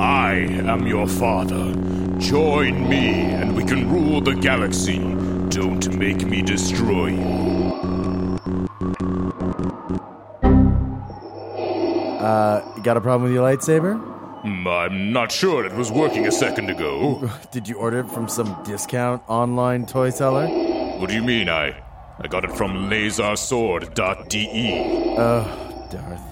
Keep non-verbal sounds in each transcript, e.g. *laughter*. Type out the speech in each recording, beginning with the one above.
I am your father. Join me and we can rule the galaxy. Don't make me destroy you. You Uh, got a problem with your lightsaber? *laughs* Hmm, I'm not sure it was working a second ago. Did you order it from some discount online toy seller? What do you mean I I got it from lasersword.de. Darth.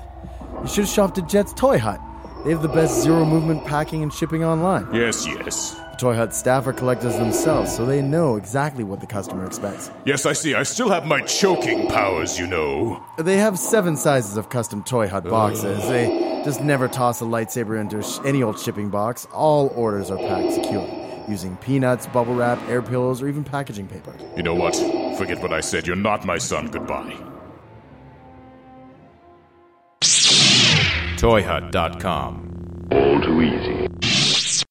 You should have shopped at Jet's Toy Hut. They have the best zero movement packing and shipping online. Yes, yes. The Toy Hut staff are collectors themselves, so they know exactly what the customer expects. Yes, I see. I still have my choking powers, you know. They have seven sizes of custom Toy Hut boxes. They just never toss a lightsaber into sh- any old shipping box. All orders are packed securely using peanuts, bubble wrap, air pillows, or even packaging paper. You know what? Forget what I said. You're not my son. Goodbye. ToyHut.com. All too easy.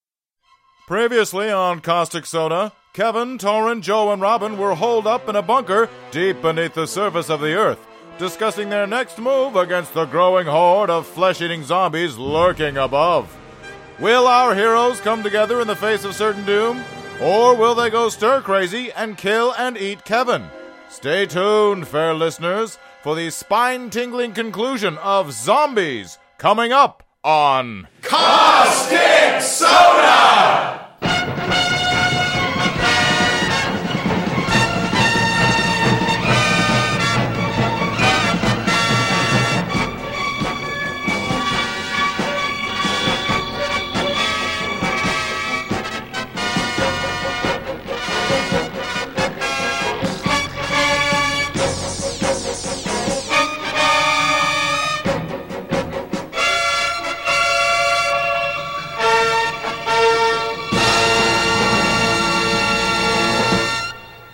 Previously on Caustic Soda, Kevin, Torin, Joe, and Robin were holed up in a bunker deep beneath the surface of the Earth, discussing their next move against the growing horde of flesh eating zombies lurking above. Will our heroes come together in the face of certain doom? Or will they go stir crazy and kill and eat Kevin? Stay tuned, fair listeners, for the spine tingling conclusion of Zombies coming up on Caustic Soda! *laughs*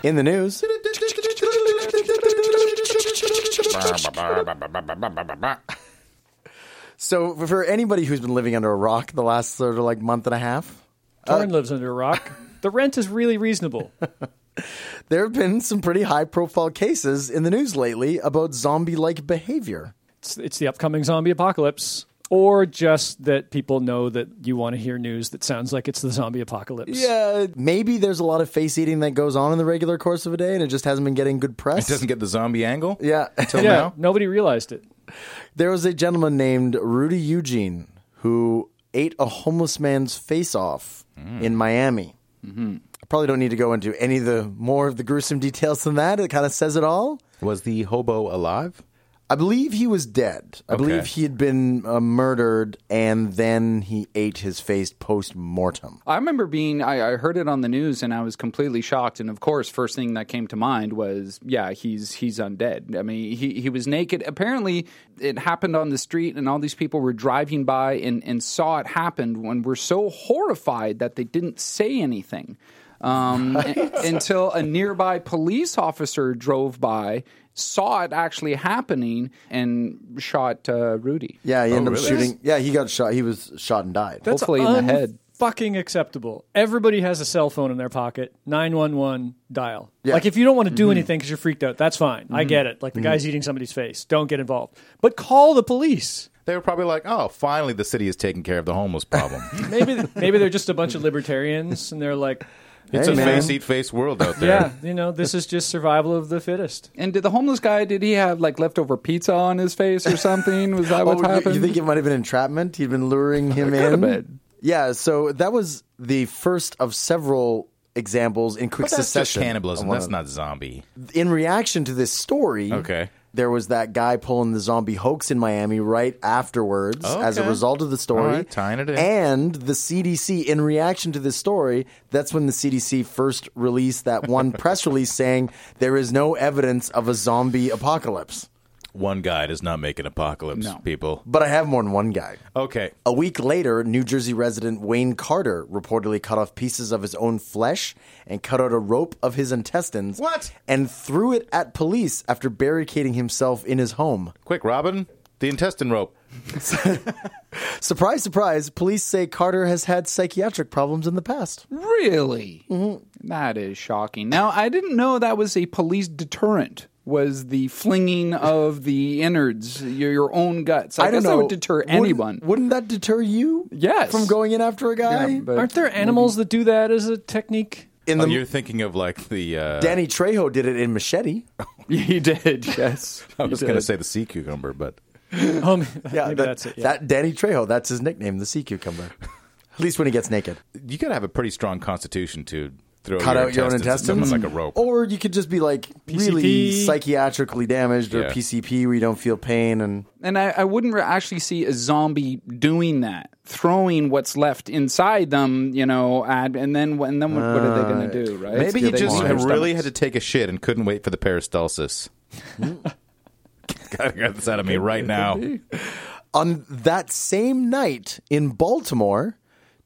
In the news, so for anybody who's been living under a rock the last sort of like month and a half, Torn lives under a rock. The rent is really reasonable. there have been some pretty high profile cases in the news lately about zombie like behavior. It's, it's the upcoming zombie apocalypse, or just that people know that you want to hear news that sounds like it's the zombie apocalypse. Yeah, maybe there's a lot of face eating that goes on in the regular course of a day and it just hasn't been getting good press. It doesn't get the zombie angle? yeah. *laughs* Till Yeah, now? nobody realized it. there was a gentleman named Rudy Eugene who ate a homeless man's face off in Miami. I probably don't need to go into any of the more of the gruesome details than that. It kind of says it all. Was the hobo alive? I believe he was dead. I Okay. believe he had been uh, murdered and then he ate his face post mortem. I remember being, I, I heard it on the news and I was completely shocked. And of course, first thing that came to mind was, yeah, he's he's undead. I mean, he, he was naked. Apparently, it happened on the street and all these people were driving by and, and saw it happen when were so horrified that they didn't say anything um, a- until a nearby police officer drove by, saw it actually happening, and shot uh, Rudy. Yeah, he ended Oh, really? up shooting. Yeah, he got shot. He was shot and died. Hopefully in the head. Fucking acceptable. Everybody has a cell phone in their pocket. Nine one one dial. Yeah. Like if you don't want to Mm-hmm. do anything because you're freaked out, that's fine. I get it. Like the guy's eating somebody's face. Don't get involved. But call the police. They were probably like, oh, finally the city is taking care of the homeless *laughs* problem. Maybe *laughs* maybe they're just a bunch of libertarians and they're like, it's Hey, a man. face eat face world out there. yeah, you know, this is just survival of the fittest. And did the homeless guy? Did he have like leftover pizza on his face or something? Was that what you- happened? You think it might have been entrapment? He'd *laughs* been luring him in. been. Yeah, so that was the first of several examples in quick But that's just succession. cannibalism. of one That's of- not zombie. In reaction to this story, Okay. there was that guy pulling the zombie hoax in Miami right afterwards as a Oh, Okay. result of the story. All right, tying it in. And the CDC, in reaction to this story, that's when the CDC first released *laughs* that one press release saying there is no evidence of a zombie apocalypse. One guy does not make an apocalypse, No. people. But I have more than one guy. Okay. A week later, New Jersey resident Wayne Carter reportedly cut off pieces of his own flesh and cut out a rope of his intestines. What? And threw it at police after barricading himself in his home. Quick, Robin, the intestine rope. Surprise, surprise, police say Carter has had psychiatric problems in the past. really? That is shocking. Now I didn't know that was a police deterrent. was the flinging of the innards, your, your own guts. I I, don't guess know. that would deter Wouldn't- anyone. Wouldn't that deter you? Yes. From going in after a guy? Yeah, but- Aren't there animals that do that as a technique? in Oh, the you're thinking of like the. Uh, Danny Trejo did it in Machete. *laughs* he did, yes. I was going to say the sea cucumber, but Oh, *laughs* maybe Yeah, that, that's it. Yeah. that Danny Trejo. That's his nickname, the sea cucumber. *laughs* At least when he gets naked. you got to have a pretty strong constitution to throw Cut your out your own intestines. at intestines, someone like a rope. or you could just be like really PCP. psychiatrically damaged or Yeah. PCP, where you don't feel pain and And I, I wouldn't re- actually see a zombie doing that, throwing what's left inside them, you know, at, and then wh- and then what, what are they going to do, right? Maybe he They just use their really had stomachs. to take a shit and couldn't wait for the peristalsis. Gotta get this out of me right now. On that same night in Baltimore,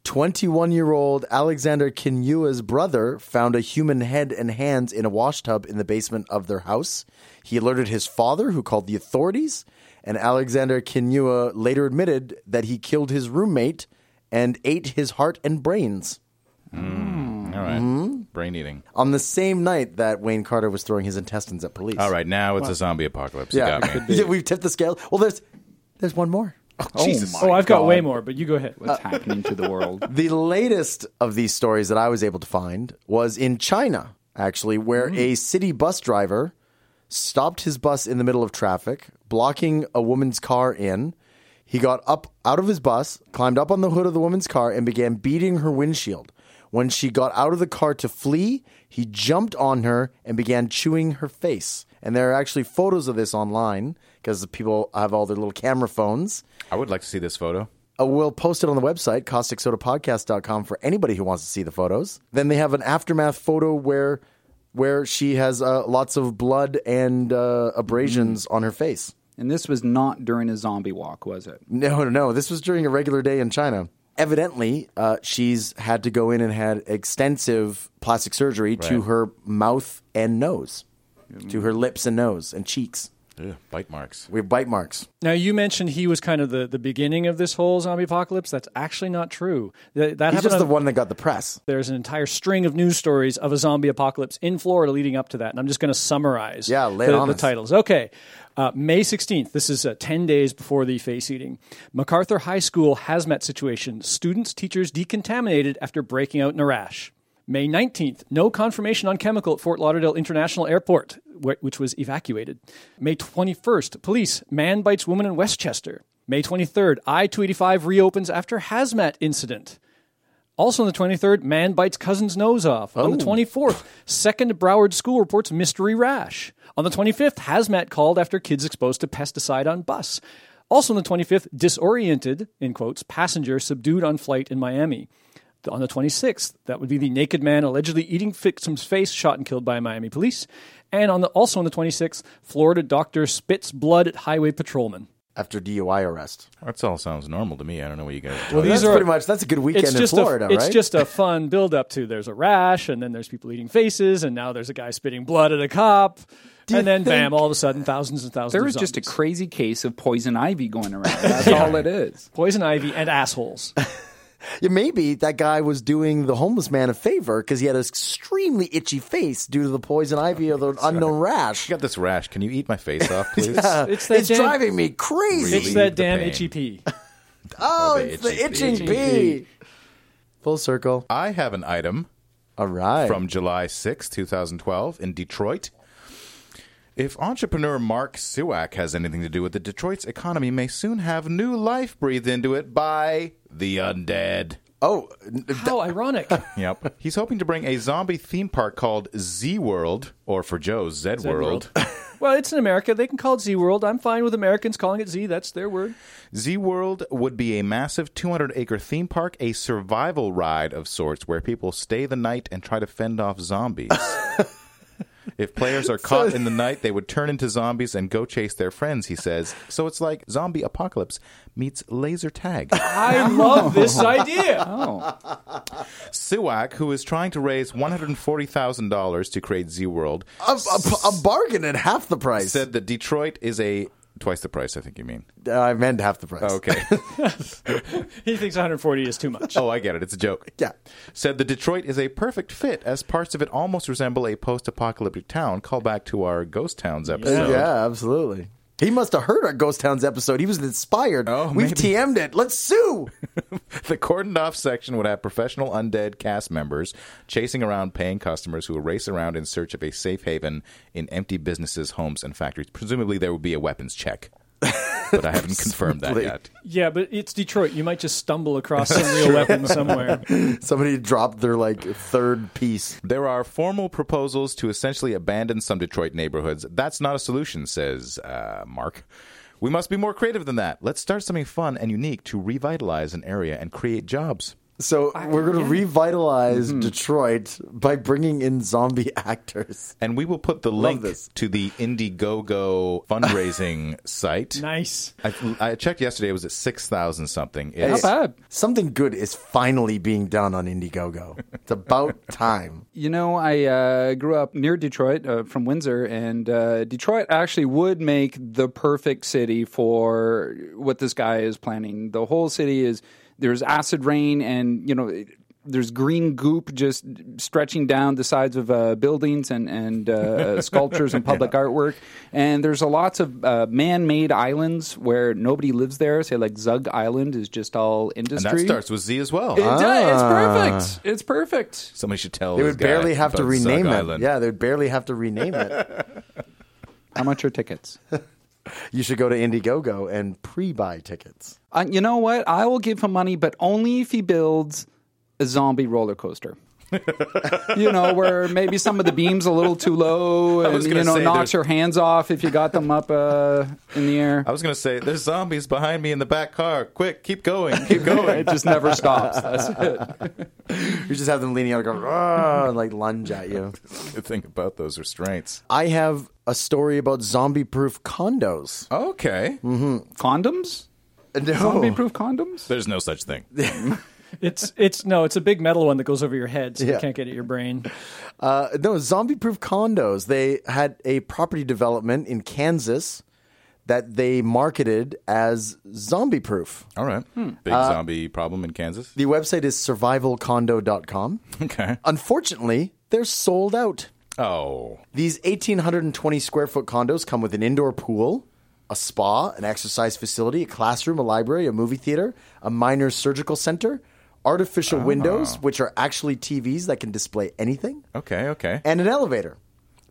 21 year old Alexander Kinua's brother found a human head and hands in a washtub in the basement of their house. He alerted his father, who called the authorities, and Alexander Kinua later admitted that he killed his roommate and ate his heart and brains All right. brain eating. on the same night that Wayne Carter was throwing his intestines at police. All right, now it's a zombie apocalypse. Yeah, You got me. yeah *laughs* we've tipped the scale. Well, there's, there's one more. Jesus. oh, I've got way more, but you go ahead. What's happening to the world? The latest of these stories that I was able to find was in China, actually, where a city bus driver stopped his bus in the middle of traffic, blocking a woman's car in. He got up out of his bus, climbed up on the hood of the woman's car, and began beating her windshield. When she got out of the car to flee, he jumped on her and began chewing her face. And there are actually photos of this online because people have all their little camera phones. I would like to see this photo. Uh, we'll post it on the website, causticsodapodcast.com, for anybody who wants to see the photos. Then they have an aftermath photo where where she has uh, lots of blood and uh, abrasions Mm. on her face. *laughs* And this was not during a zombie walk, was it? No, no, no. This was during a regular day in China. Evidently, uh, she's had to go in and had extensive plastic surgery to Right. her mouth and nose, to her lips and nose and cheeks. Ugh, bite marks. We have bite marks. Now you mentioned he was kind of the, the beginning of this whole zombie apocalypse. That's actually not true. That, that He's happened just the on- one that got the press. There's an entire string of news stories of a zombie apocalypse in Florida leading up to that, and I'm just going to summarize. Yeah, lay it the, on the us. titles. Okay, uh, May 16th. This is uh, 10 days before the face eating. MacArthur High School hazmat situation. Students, teachers decontaminated after breaking out in a rash. May 19th, no confirmation on chemical at Fort Lauderdale International Airport, wh- which was evacuated. May 21st, police, man bites woman in Westchester. May 23rd, I 285 reopens after hazmat incident. Also on the 23rd, man bites cousin's nose off. On the 24th, second Broward school reports mystery rash. On the 25th, hazmat called after kids exposed to pesticide on bus. Also on the 25th, disoriented, in quotes, passenger subdued on flight in Miami. On the 26th, that would be the naked man allegedly eating victim's face, shot and killed by Miami police. And on the, also on the 26th, Florida doctor spits blood at highway patrolman. After DUI arrest, That all sounds normal to me. I don't know what you guys are well, talking that's are- pretty much that's a good weekend in Florida, a, it's right? just a fun build up to there's a rash and then there's people eating faces and now there's a guy spitting blood at a cop you and then bam think- all of a sudden thousands and thousands There of is just a zombies. crazy case of poison ivy going *laughs* around. That's all it is. poison ivy and assholes Yeah, maybe that guy was doing the homeless man a favor because he had an extremely itchy face due to the poison ivy *laughs* of the unknown rash. You got this rash. Can you eat my face off, please? it's that It's damn, driving me crazy. it's Relieve that the damn pain. *laughs* HEP oh, the it's the itchy itching bee. Full circle. I have an item All right. from July sixth, two 2012, in Detroit. If entrepreneur Mark Suwak has anything to do with it, Detroit's economy may soon have new life breathed into it by the undead. oh, n- how ironic Yep. He's hoping to bring a zombie theme park called Z World, or for Joe, Z World. well it's in America they can call it Z world I'm fine with Americans calling it Z that's their word Z World would be a massive 200 acre theme park, a survival ride of sorts where people stay the night and try to fend off zombies. if players are caught in the night, they would turn into zombies and go chase their friends, he says. So it's like Zombie Apocalypse meets laser tag. I love this idea Oh, Suwak, who is trying to raise $140,000 to create Z World, a, a- a bargain at half the price. said that Detroit is a Twice the price, I think you mean. Uh, I meant half the price. Oh, Okay. He thinks 140 is too much. oh, I get it. It's a joke. *laughs* Yeah. Said the Detroit is a perfect fit as parts of it almost resemble a post-apocalyptic town. Call back to our Ghost Towns episode. Yeah, absolutely. He must have heard our Ghost Towns episode. He was inspired. Oh, We've maybe. TM'd it. Let's sue. *laughs* *laughs* The cordoned off section would have professional undead cast members chasing around paying customers who would race around in search of a safe haven in empty businesses, homes, and factories. Presumably, there would be a *laughs* weapons check. but I haven't confirmed that Presumably. yet. Yeah, but it's Detroit. You might just *laughs* stumble across some real weapon somewhere. Somebody dropped their like third piece. There are formal proposals to essentially abandon some Detroit neighborhoods. That's not a solution, says uh, Mark. We must be more creative than that. Let's start something fun and unique to revitalize an area and create jobs. So we're going to revitalize Mm-hmm. Detroit by bringing in zombie *laughs* actors. And we will put the link this. to the *laughs* Indiegogo fundraising site. Nice. I, I checked yesterday. It was at six thousand something. Not It's, bad. Something good is finally being done on Indiegogo. It's *laughs* about time. You know, I uh, grew up near Detroit uh, from Windsor, and uh, Detroit actually would make the perfect city for what this guy is planning. The whole city is there's acid rain, and you know, it- there's green goop just stretching down the sides of uh, buildings and and *laughs* uh, sculptures and public artwork. And there's a lots of uh, man-made islands where nobody lives there. Say like Zug Island is just all and industry. that starts with Z as well. It Ah. does. It's perfect. It's perfect. Somebody should tell. They this would guy barely have to about Zug rename it. Island. Yeah, they'd barely have to rename *laughs* it. How much are tickets? You should go to Indiegogo and pre-buy tickets. Uh, you know what? I will give him money, but only if he builds a zombie roller coaster. you know, where maybe some of the beams a little too low, and was you gonna know, say knocks there's- your hands off if you got them up uh, in the air. I was gonna say, there's zombies behind me in the back car. Quick, *laughs* keep going, keep going. *laughs* it just never stops. That's it. You just have them leaning out and going, "Ah," and like lunge at you. Good thing about those restraints. I have a story about zombie-proof condos. Okay, Condoms? No. Zombie-proof condoms? there's no *laughs* such thing. It's it's no, it's a big metal one that goes over your head, so Yeah. you can't get at your brain. Uh, no, zombie proof condos. They had a property development in Kansas that they marketed as zombie proof. All right, Hmm. big Uh, zombie problem in Kansas. The website is survivalcondo.com. Okay. Unfortunately, they're sold out. Oh, These 1,820 square foot condos come with an indoor pool, a spa, an exercise facility, a classroom, a library, a movie theater, a minor surgical center, artificial windows, which are actually TVs that can display anything, okay, okay. and an elevator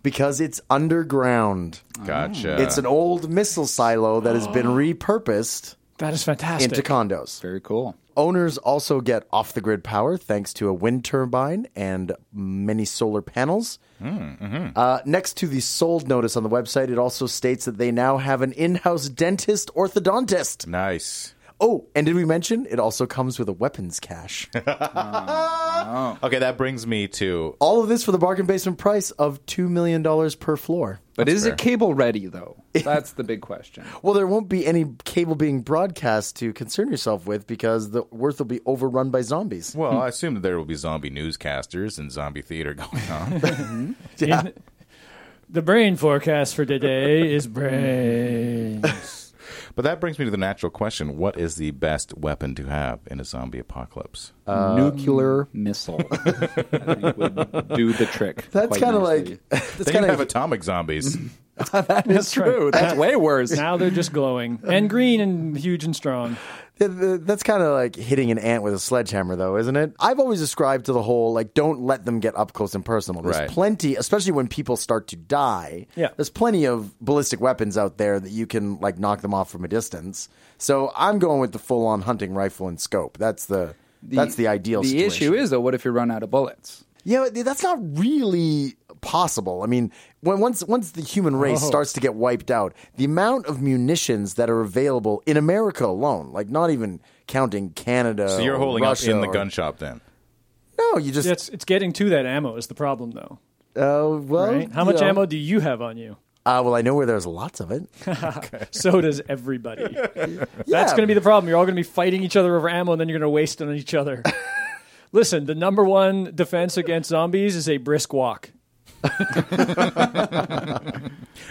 because it's underground. Gotcha. It's an old missile silo that has been repurposed That is fantastic. into condos. Very cool. Owners also get off the grid power thanks to a wind turbine and many solar panels. Uh, next to the sold notice on the website, it also states that they now have an in house dentist orthodontist. nice. Oh, and did we mention it also comes with a weapons cache? Okay, that brings me to All of this for the bargain basement price of $2 million per floor. But is it cable ready, though? That's the big *laughs* question. Well, there won't be any cable being broadcast to concern yourself with because the Earth will be overrun by zombies. well, I assume that there will be zombie newscasters and zombie theater *laughs* going on. *laughs* In- the brain forecast *laughs* for today is brain. But that brings me to the natural question: What is the best weapon to have in a zombie apocalypse? Uh, Nuclear missile Um, *laughs* I think would do the trick. That's quite kind of nicely. like *laughs* that's they can kind have of *laughs* atomic zombies. That's true. That's way worse. now they're just glowing and green and huge and strong. Yeah, th- That's kind of like hitting an ant with a sledgehammer, though, isn't it? I've always ascribed to the whole like don't let them get up close and personal. There's Right. plenty, especially when people start to die. Yeah. there's plenty of ballistic weapons out there that you can like knock them off from a distance. So I'm going with the full on hunting rifle and scope. That's the, that's the ideal. The situation. issue is though, what if you run out of bullets? Yeah, but that's not really possible. I mean, when once once the human race Oh. starts to get wiped out, the amount of munitions that are available in America alone, like not even counting Canada. So you're or holding Oh, Russia up in the or- gun shop then. No, you just It's, it's getting to that ammo is the problem, though. uh, well, Right? How you much know. ammo do you have on you? Uh, well, I know where there's lots *laughs* of it. So does *laughs* everybody. Yeah. That's going to be the problem. You're all going to be fighting each other over ammo, and then you're going to waste it on *laughs* each other. Listen, the number one defense against zombies is a brisk walk.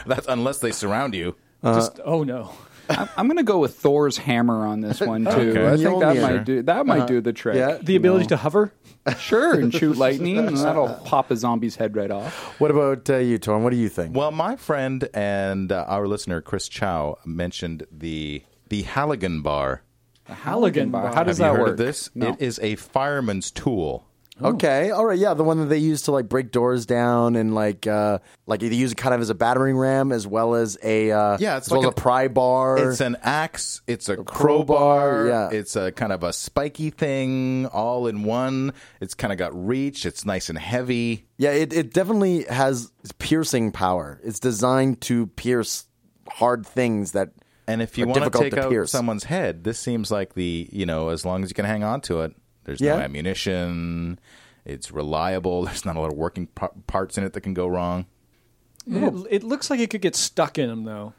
That's unless they surround you. Uh-huh. Just oh no. I'm, I'm going to go with Thor's hammer on *laughs* this one too. I think that Mjolnir. might do that might do the trick. Uh-huh. Yeah. The ability to hover. to sure and *laughs* shoot lightning, and that'll pop a zombie's head right off. What about uh, you, Torm? What do you think? Well, my friend and uh, our listener Chris Chow mentioned the the Halligan bar. Halligan bar. How does Have you that heard work? of this? No. It is a fireman's tool. Okay, all right, yeah, the one that they use to like break doors down and like uh like they use it kind of as a battering ram as well as a uh, Yeah, it's as well like as an- a pry bar. It's an axe. It's a crowbar. crowbar, yeah. It's a kind of a spiky thing, all in one. It's kind of got reach. It's nice and heavy. Yeah, it, it definitely has piercing power. It's designed to pierce hard things that And if you are want to difficult take out pierce. someone's head, this seems like the you know as long as you can hang on to it. There's no Yeah. ammunition. It's reliable. *laughs* There's not a lot of working par- parts in it that can go wrong. Oh. It, it looks like it could get stuck in him though.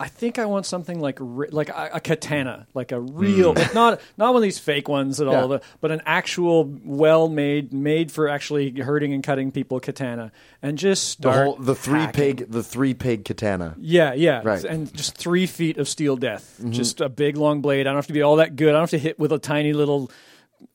I think I want something like re- like a, a katana, like a real, Hmm. but not not one of these fake ones at all, the- but an actual well made, made for actually hurting and cutting people katana, and just the start whole the three hacking. pig the three pig katana. Yeah, yeah. Right. Mm-hmm. And just three feet of steel death. Just a big long blade. I don't have to be all that good. I don't have to hit with a tiny little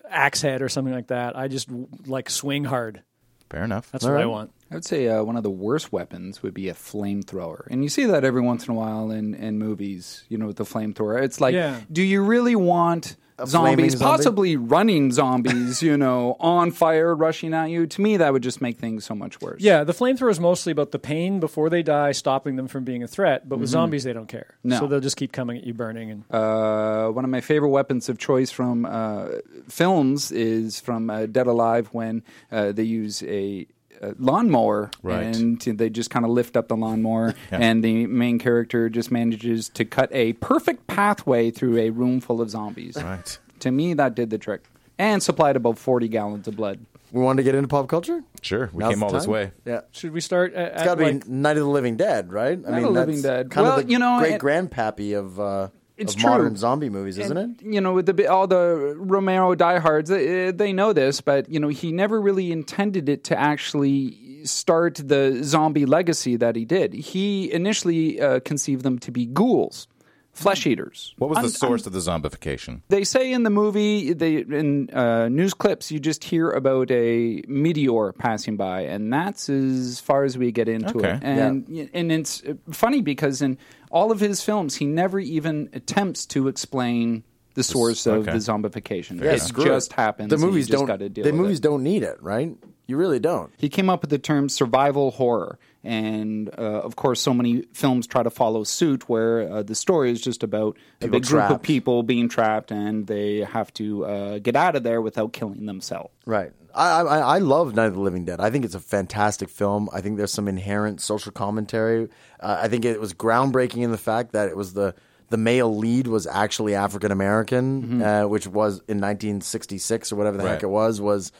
axe head or something like that. I just like swing hard. Fair enough. That's what I want. I would say uh, one of the worst weapons would be a flamethrower, and you see that every once in a while in, in movies. You know, with the flamethrower, it's like, Yeah. do you really want zombies, flaming zombie? possibly running zombies, you know, on fire rushing at you? To me, that would just make things so much worse. Yeah, the flamethrower is mostly about the pain before they die, stopping them from being a threat. But with zombies, they don't care. No. So they'll just keep coming at you, burning. And Uh, one of my favorite weapons of choice from uh, films is from uh, Dead Alive when uh, they use a, a lawnmower Right. and they just kind of lift up *laughs* the lawnmower and the main character just manages to cut a perfect pathway through a room full of zombies. Right. To me, that did the trick and supplied about 40 gallons of blood. We wanted to get into pop culture. Sure, we Now's came the all this time? way. Yeah, should we start? At, it's at, got to like- be Night of the Living Dead, right? I Night of the Living Dead. Kind Well, of the you know, great it- grandpappy of uh, It's of modern true. zombie movies, isn't it? you know, with the bi- all the Romero diehards, they, they know this, but you know, he never really intended it to actually start the zombie legacy that he did. He initially uh, conceived them to be ghouls, flesh eaters. Hmm. What was the source of the zombification? They say in the movie, they in uh, news clips, you just hear about a meteor passing by, and that's as far as we get into Okay. it. And and it's uh, funny because in all of his films, he never even attempts to explain the source of okay. the zombification. Yeah, it screw just it. happens. The and you movies just don't. gotta deal the with movies it. don't need it, right? You really don't. He came up with the term survival horror, and uh, of course, so many films try to follow suit, where uh, the story is just about a big group of trapped. people being trapped, and they have to uh, get out of there without killing themselves. Right. I, I I love Night of the Living Dead. I think it's a fantastic film. I think there's some inherent social commentary. Uh, I think it was groundbreaking in the fact that it was the the male lead was actually African American, uh, which was in 1966 or whatever the Right. heck it was was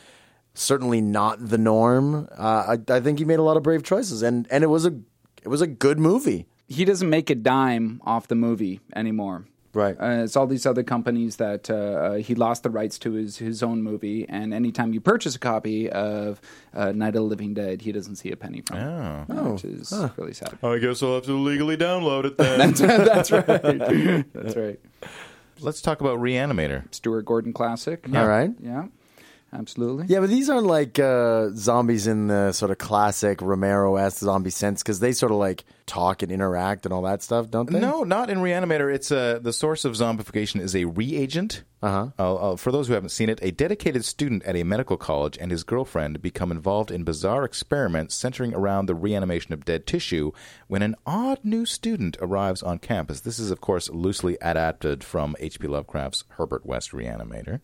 certainly not the norm. Uh, I, I think he made a lot of brave choices, and and it was a it was a good movie. He doesn't make a dime off the movie anymore. Right. Uh, it's all these other companies that uh, uh, he lost the rights to his, his own movie, and anytime you purchase a copy of uh, Night of the Living Dead, he doesn't see a penny from it, Oh. which is really sad. *laughs* I guess I'll have to legally download *laughs* it then. That's right. That's right. Let's talk about Reanimator. Stuart Gordon classic. All right. Yeah, absolutely. Yeah, but these aren't like uh, zombies in the sort of classic Romero esque zombie sense because they sort of like talk and interact and all that stuff, don't they? No, not in Reanimator. It's a the source of zombification is a reagent. Uh-huh. for those who haven't seen it, a dedicated student at a medical college and his girlfriend become involved in bizarre experiments centering around the reanimation of dead tissue. When an odd new student arrives on campus, this is of course loosely adapted from H.P. Lovecraft's Herbert West Reanimator.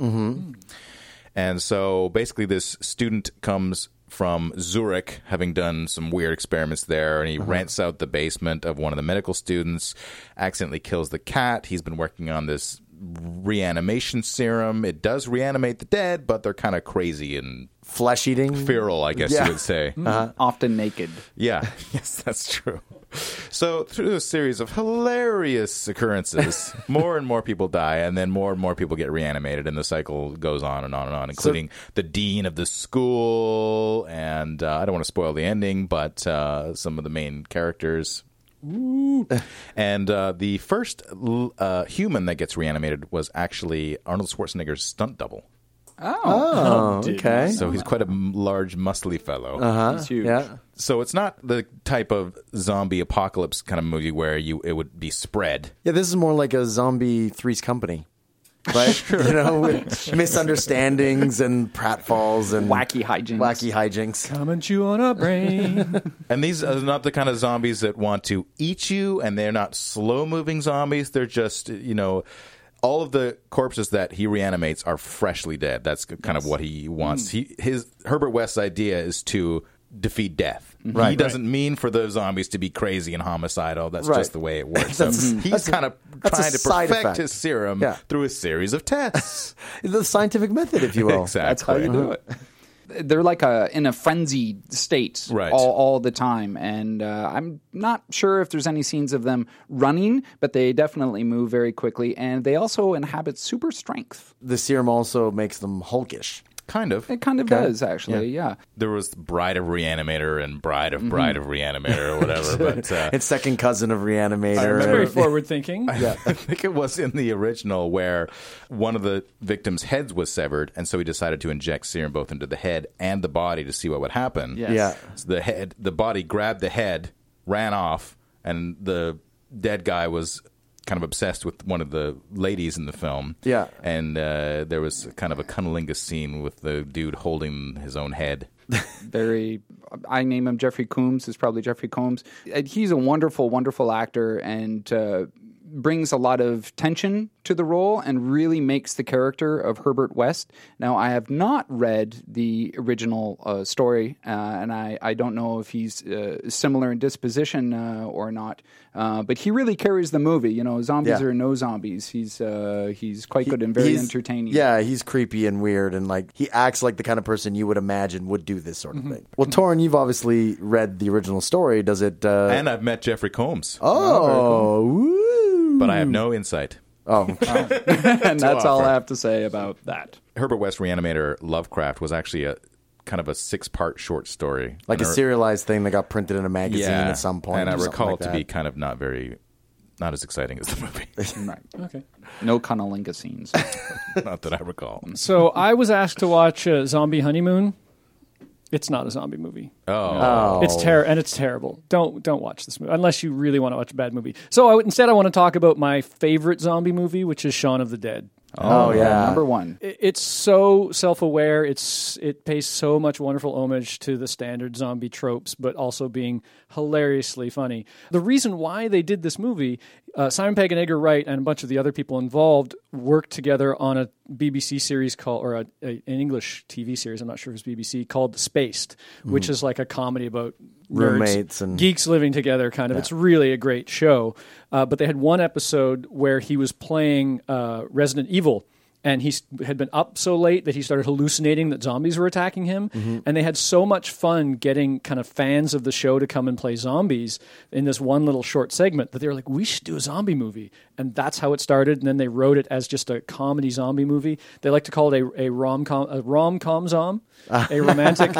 And so basically, this student comes from Zurich, having done some weird experiments there, and he rents out the basement of one of the medical students, accidentally kills the cat. He's been working on this reanimation serum. It does reanimate the dead, but they're kind of crazy and Flesh eating. feral, I guess Yeah. you would say. Often naked. Yeah, *laughs* yes, that's true. So through a series of hilarious occurrences, more and more people die, and then more and more people get reanimated, and the cycle goes on and on and on, including the dean of the school, and uh, I don't want to spoil the ending, but uh, some of the main characters. And uh, the first l- uh, human that gets reanimated was actually Arnold Schwarzenegger's stunt double. Oh, okay. So he's quite a m- large, muscly fellow. He's huge. Yeah. So it's not the type of zombie apocalypse kind of movie where you it would be spread. Yeah, this is more like a zombie Three's Company. *laughs* Right? You know, with misunderstandings and pratfalls and Wacky hijinks. Wacky hijinks. Comment you on a brain. And these are not the kind of zombies that want to eat you, and they're not slow moving zombies. They're just, you know, all of the corpses that he reanimates are freshly dead. That's kind of what he Mm. wants. He, his Herbert West's idea is to defeat death. Mm-hmm. Right, he doesn't mean for those zombies to be crazy and homicidal. That's Right. just the way it works. *laughs* So That's a- he's that's a- kind of that's a trying to side perfect effect. his serum Yeah. through a series *laughs* of tests. The scientific method, if you will. *laughs* exactly. That's how you do it. They're like a, in a frenzied state Right. all, all the time. And uh, I'm not sure if there's any scenes of them running, but they definitely move very quickly. And they also inhabit super strength. The serum also makes them hulkish. Kind of. It kind of does, actually. Yeah. There was Bride of Reanimator and Bride Mm-hmm. of Bride of Reanimator *laughs* or whatever, but uh, *laughs* It's second cousin of It's very Reanimator. forward thinking. I think it was in the original where one of the victim's heads was severed, and so he decided to inject serum both into the head and the body to see what would happen. Yes. Yeah. So the head, the body grabbed the head, ran off, and the dead guy was kind of obsessed with one of the ladies in the film. Yeah. and uh, there was kind of a cunnilingus scene with the dude holding his own head. *laughs* very i name him jeffrey coombs is probably jeffrey combs And he's a wonderful wonderful actor and uh, brings a lot of tension to the role and really makes the character of herbert west now i have not read the original uh, story uh, and I, I don't know if he's uh, similar in disposition uh, or not uh, but he really carries the movie you know zombies Yeah. or no zombies he's uh, he's quite good and very He's- entertaining Yeah, he's creepy and weird, and like he acts like the kind of person you would imagine would do this sort of Mm-hmm. thing. Well, Torin, you've obviously read the original story. Does it? Uh, And I've met Jeffrey Combs, oh, woo. but I have no insight. oh, *laughs* and that's all i have to say about that Herbert West Reanimator Lovecraft was actually a kind of a six part short story. like a And I- serialized thing that got printed in a magazine at some point. And I or something recall like it to be that. kind of not very, not as exciting as the *laughs* movie. *laughs* right Okay. no cunnilingus scenes not that I recall. So I was asked to watch uh, Zombie Honeymoon. It's not a zombie movie. Oh, It's ter- and it's terrible. Don't don't watch this movie unless you really want to watch a bad movie. So I, would- instead, I want to talk about my favorite zombie movie, which is Shaun of the Dead. Oh yeah, number one I- It's so self-aware. It's it pays so much wonderful homage to the standard zombie tropes, but also being hilariously funny. The reason why they did this movie, uh, Simon Pegg and Edgar Wright and a bunch of the other people involved worked together on a BBC series called, or a, a, an English TV series. I'm not sure if it's BBC called Spaced, which is like a comedy about nerds, Mm-hmm. Roommates and- geeks living together kind of it's really a great show uh, but they had one episode where he was playing uh, resident evil and he s- had been up so late that he started hallucinating that zombies were attacking him and they had so much fun getting kind of fans of the show to come and play zombies in this one little short segment that they were like we should do a zombie movie and that's how it started and then they wrote it as just a comedy zombie movie they like to call it a, a rom-com a rom-com *laughs* zom a *laughs* romantic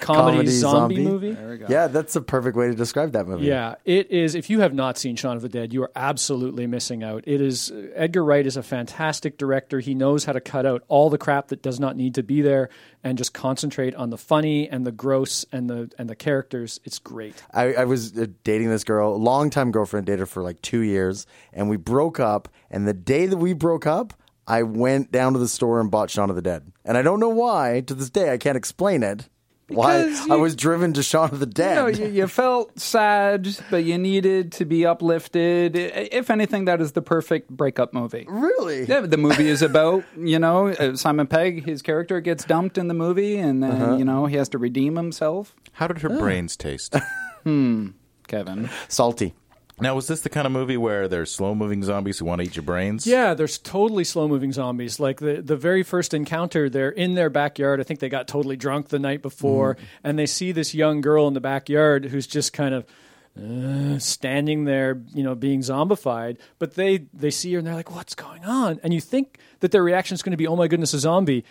comedy, zombie, movie Yeah, that's a perfect way to describe that movie. yeah, it is. If you have not seen Shaun of the Dead, you are absolutely missing out. It is uh, Edgar Wright is a fantastic director. He knows how to cut out all the crap that does not need to be there and just concentrate on the funny and the gross and the and the characters. It's great. I, I was uh, dating this girl, longtime girlfriend, dated her for like two years, and we broke up. And the day that we broke up, I went down to the store and bought Shaun of the Dead. And I don't know why. To this day, I can't explain it. Because why you- I was driven to Shaun of the Dead. No, you, you felt sad, but you needed to be uplifted. I- If anything, that is the perfect breakup movie. *laughs* really? Yeah, the movie is about you know uh, Simon Pegg. His character gets dumped in the movie, and then you know he has to redeem himself. how did her brains taste? Kevin, Salty. *laughs* now, was this the kind of movie where there's slow moving zombies who want to eat your brains? Yeah, there's totally slow moving zombies. Like the, the very first encounter, they're in their backyard. I think they got totally drunk the night before, and they see this young girl in the backyard who's just kind of uh, standing there, you know, being zombified. But they they see her and they're like, "What's going on?" And you think that their reaction is going to be, "Oh my goodness, a zombie."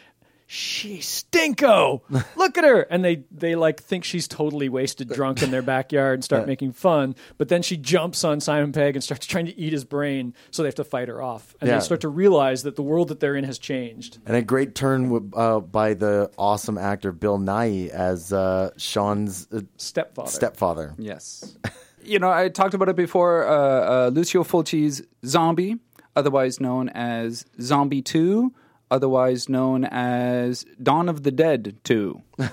she stinko. Look at her. And they, they like think she's totally wasted drunk in their backyard and start making fun. But then she jumps on Simon Pegg and starts trying to eat his brain. So they have to fight her off. And Yeah. they start to realize that the world that they're in has changed. And a great turn wi- uh, by the awesome actor Bill Nye as uh, Sean's uh, Stepfather. stepfather. Yes. you know, I talked about it before. Uh, uh, Lucio Fulci's Zombie, otherwise known as Zombie 2, otherwise known as Dawn of the Dead 2. it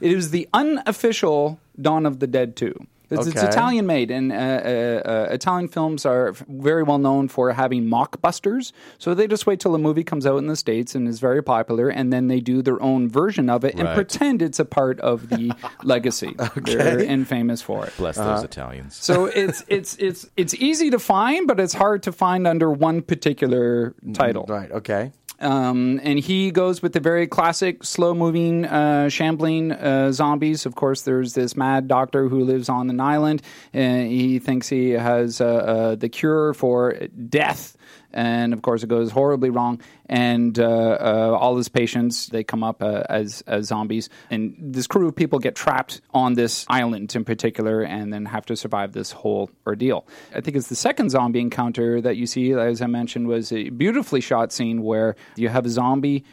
is the unofficial Dawn of the Dead 2. It's, it's Okay. Italian made, and uh, uh, uh, Italian films are f- very well known for having mockbusters. So they just wait till a movie comes out in the States and is very popular, and then they do their own version of it and Right. pretend it's a part of the legacy. They're infamous for it. Bless those Uh-huh. Italians. So it's it's it's it's easy to find, but it's hard to find under one particular title. Right. Okay. Um, and he goes with the very classic, slow-moving, uh, shambling uh, zombies. Of course, there's this mad doctor who lives on an island, and he thinks he has uh, uh, the cure for death. And of course, it goes horribly wrong. And uh, uh, all his patients they come up uh, as as zombies, and this crew of people get trapped on this island in particular, and then have to survive this whole ordeal. I think it's the second zombie encounter that you see, as I mentioned, was a beautifully shot scene where you have a zombie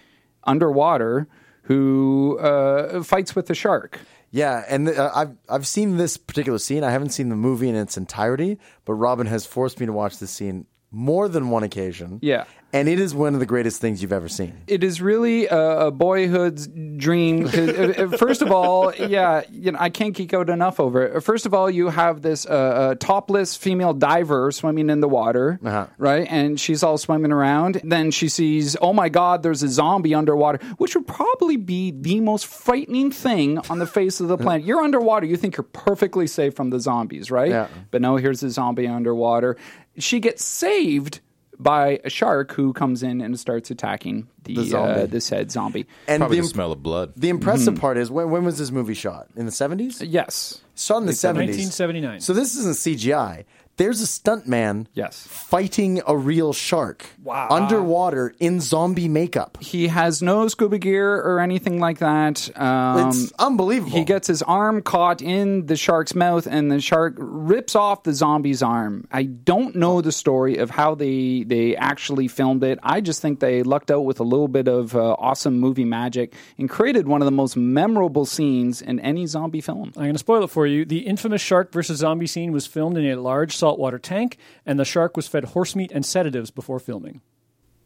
underwater who uh, fights with a shark. Yeah, and uh, I've I've seen this particular scene. I haven't seen the movie in its entirety, but Robin has forced me to watch this scene more than one occasion. Yeah. and it is one of the greatest things you've ever seen. It is really a, a boyhood's dream. 'cause, uh, uh, First of all, yeah, you know, I can't geek out enough over it. First of all, you have this uh, uh, topless female diver swimming in the water, right? And she's all swimming around. Then she sees, oh my God, there's a zombie underwater, which would probably be the most frightening thing on the face of the planet. You're underwater, you think you're perfectly safe from the zombies, right? Yeah. But no, here's the zombie underwater. She gets saved by a shark who comes in and starts attacking the, The zombie. Uh, the said zombie. And Probably the, the imp- smell of blood. the impressive Mm-hmm. part is when when was this movie shot? In the Uh, seventies? Yes. Shot in the seventies. 1979. So this isn't CGI. There's a stuntman. Yes. Fighting a real shark. Wow. Underwater in zombie makeup. He has no scuba gear or anything like that. Um, It's unbelievable. He gets his arm caught in the shark's mouth, and the shark rips off the zombie's arm. I don't know the story of how they they actually filmed it. I just think they lucked out with a little bit of uh, awesome movie magic and created one of the most memorable scenes in any zombie film. I'm going to spoil it for you. The infamous shark versus zombie scene was filmed in a large saltwater tank, and the shark was fed horse meat and sedatives before filming.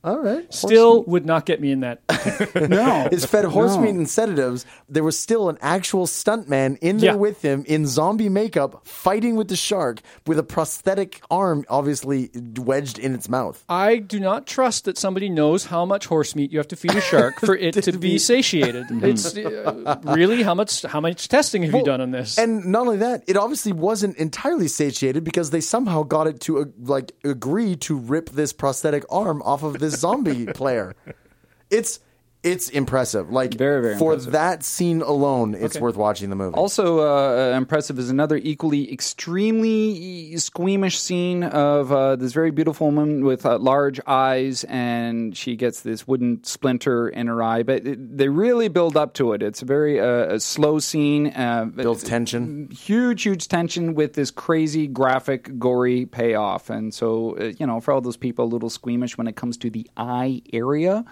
All right. Still would not get me in that. *laughs* *laughs* No, is fed horse No. meat and sedatives. There was still an actual stuntman in there Yeah. with him in zombie makeup, fighting with the shark with a prosthetic arm, obviously wedged in its mouth. I do not trust that somebody knows how much horse meat you have to feed a shark for it to be satiated. It's uh, really how much how much testing have you done on this? And not only that, it obviously wasn't entirely satiated because they somehow got it to uh, like agree to rip this prosthetic arm off of this *laughs* zombie player. It's it's impressive. Like Very, very for impressive. that scene alone, it's worth watching the movie. Also uh, uh, impressive is another equally extremely squeamish scene of uh, this very beautiful woman with uh, large eyes, and she gets this wooden splinter in her eye. But it, they really build up to it. It's a very uh, a slow scene. Uh, builds tension. huge, huge tension with this crazy, graphic, gory payoff. And so, uh, you know, for all those people a little squeamish when it comes to the eye area,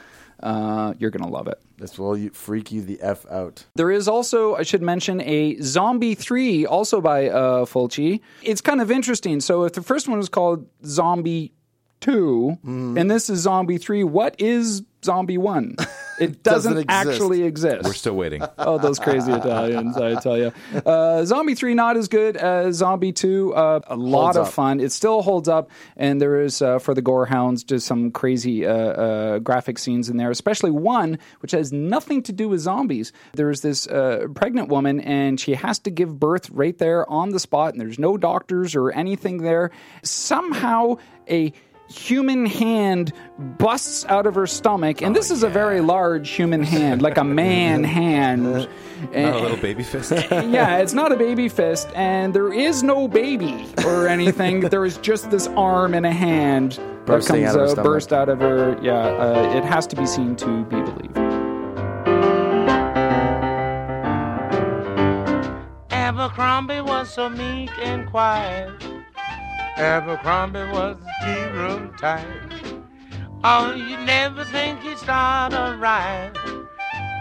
uh, you're going to love it. This will you- freak you the f out. There is also, I should mention, a Zombie 3, also by uh, Fulci. It's kind of interesting. So, if the first one was called Zombie 2, and this is Zombie 3, what is Zombie 1? It doesn't, Doesn't exist. actually exist. We're *laughs* *laughs* still waiting. *laughs* Oh, those crazy Italians, I tell you. Uh, Zombie 3, not as good as Zombie 2. Uh, a lot Holds of up. fun. It still holds up. And there is, uh, for the Gore Hounds, just some crazy uh, uh, graphic scenes in there, especially one which has nothing to do with zombies. There's this uh, pregnant woman, and she has to give birth right there on the spot, and there's no doctors or anything there. Somehow, a human hand busts out of her stomach and this is a very large human hand *laughs* like a man hand Not a And- little *laughs* baby fist. yeah, it's not a baby fist, and there is no baby or *laughs* anything. there is just this arm and a hand Bursting out of her that comes out, stomach. burst out of her. Yeah, uh, it has to be seen to be believed. Abercrombie was so meek and quiet. Abercrombie was the tea room type. Oh, you never think he'd start a riot.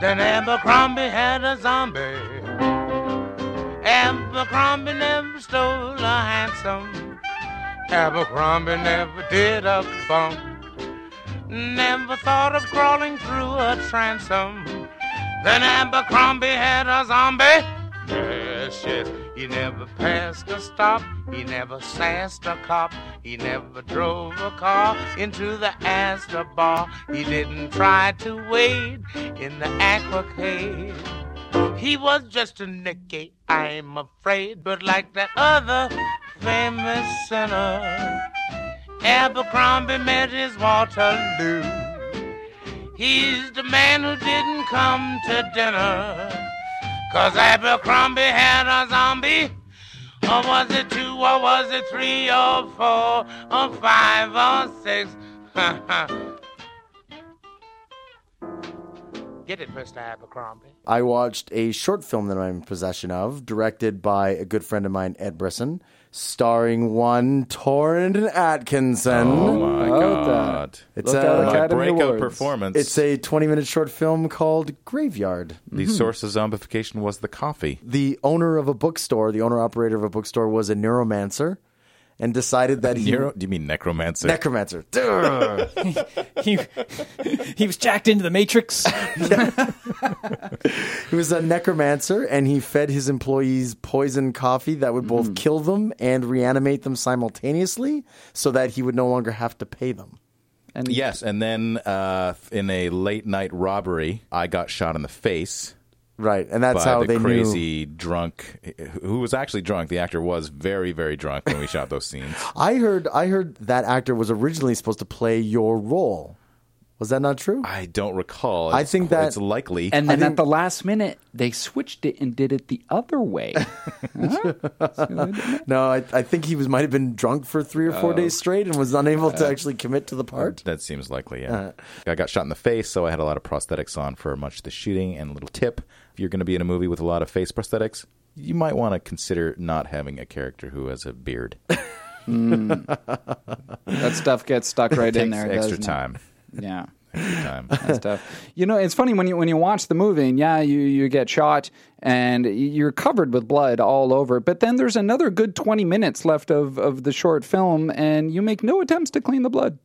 Then Abercrombie had a zombie. Abercrombie never stole a handsome. Abercrombie never did a bump. Never thought of crawling through a transom. Then Abercrombie had a zombie. Yes, yes. He never passed a stop. He never sassed a cop. He never drove a car into the Astor bar. He didn't try to wade in the aquacade. He was just a Nicky, I'm afraid. But like the other famous sinner, Abercrombie met his Waterloo. He's the man who didn't come to dinner. Cause Abercrombie had a zombie. Or was it two, or was it three, or four, or five, or six? *laughs* Get it, Mr. Abercrombie. I watched a short film that I'm in possession of, directed by a good friend of mine, Ed Brisson, starring one Torrin Atkinson. Oh my About that. god! it's Look out, a I My Academy breakout Awards. performance. it's a 20 minute short film called Graveyard. *laughs* the source of zombification was the coffee. The owner of a bookstore, the owner operator of a bookstore, was a neuromancer, and decided *laughs* that he Neuro- do you mean necromancer? necromancer. Duh. He, *laughs* he was jacked into the Matrix. He was a necromancer, and he fed his employees poison coffee that would Mm. both kill them and reanimate them simultaneously, so that he would no longer have to pay them. And yes, and then uh, in a late night robbery, I got shot in the face. Right, and that's by how the they knew. crazy drunk, who was actually drunk. The actor was very, very drunk when we shot those scenes. I heard. I heard that actor was originally supposed to play your role. Was that not true? I don't recall. I It's think qu- that- it's likely. And then at the last minute, they switched it and did it the other way. No, I, I think he was might have been drunk for three or Oh. four days straight and was unable to actually commit to the part. That seems likely, yeah. I got shot in the face, so I had a lot of prosthetics on for much of the shooting. And a little tip if you're going to be in a movie with a lot of face prosthetics, you might want to consider not having a character who has a beard. *laughs* that stuff gets stuck right in Takes there. extra doesn't it? time. Yeah. Extra time. stuff. *laughs* You know, it's funny when you when you watch the movie and yeah, you you get shot and you're covered with blood all over, but then there's another good 20 minutes left of of the short film and you make no attempts to clean *laughs* the blood.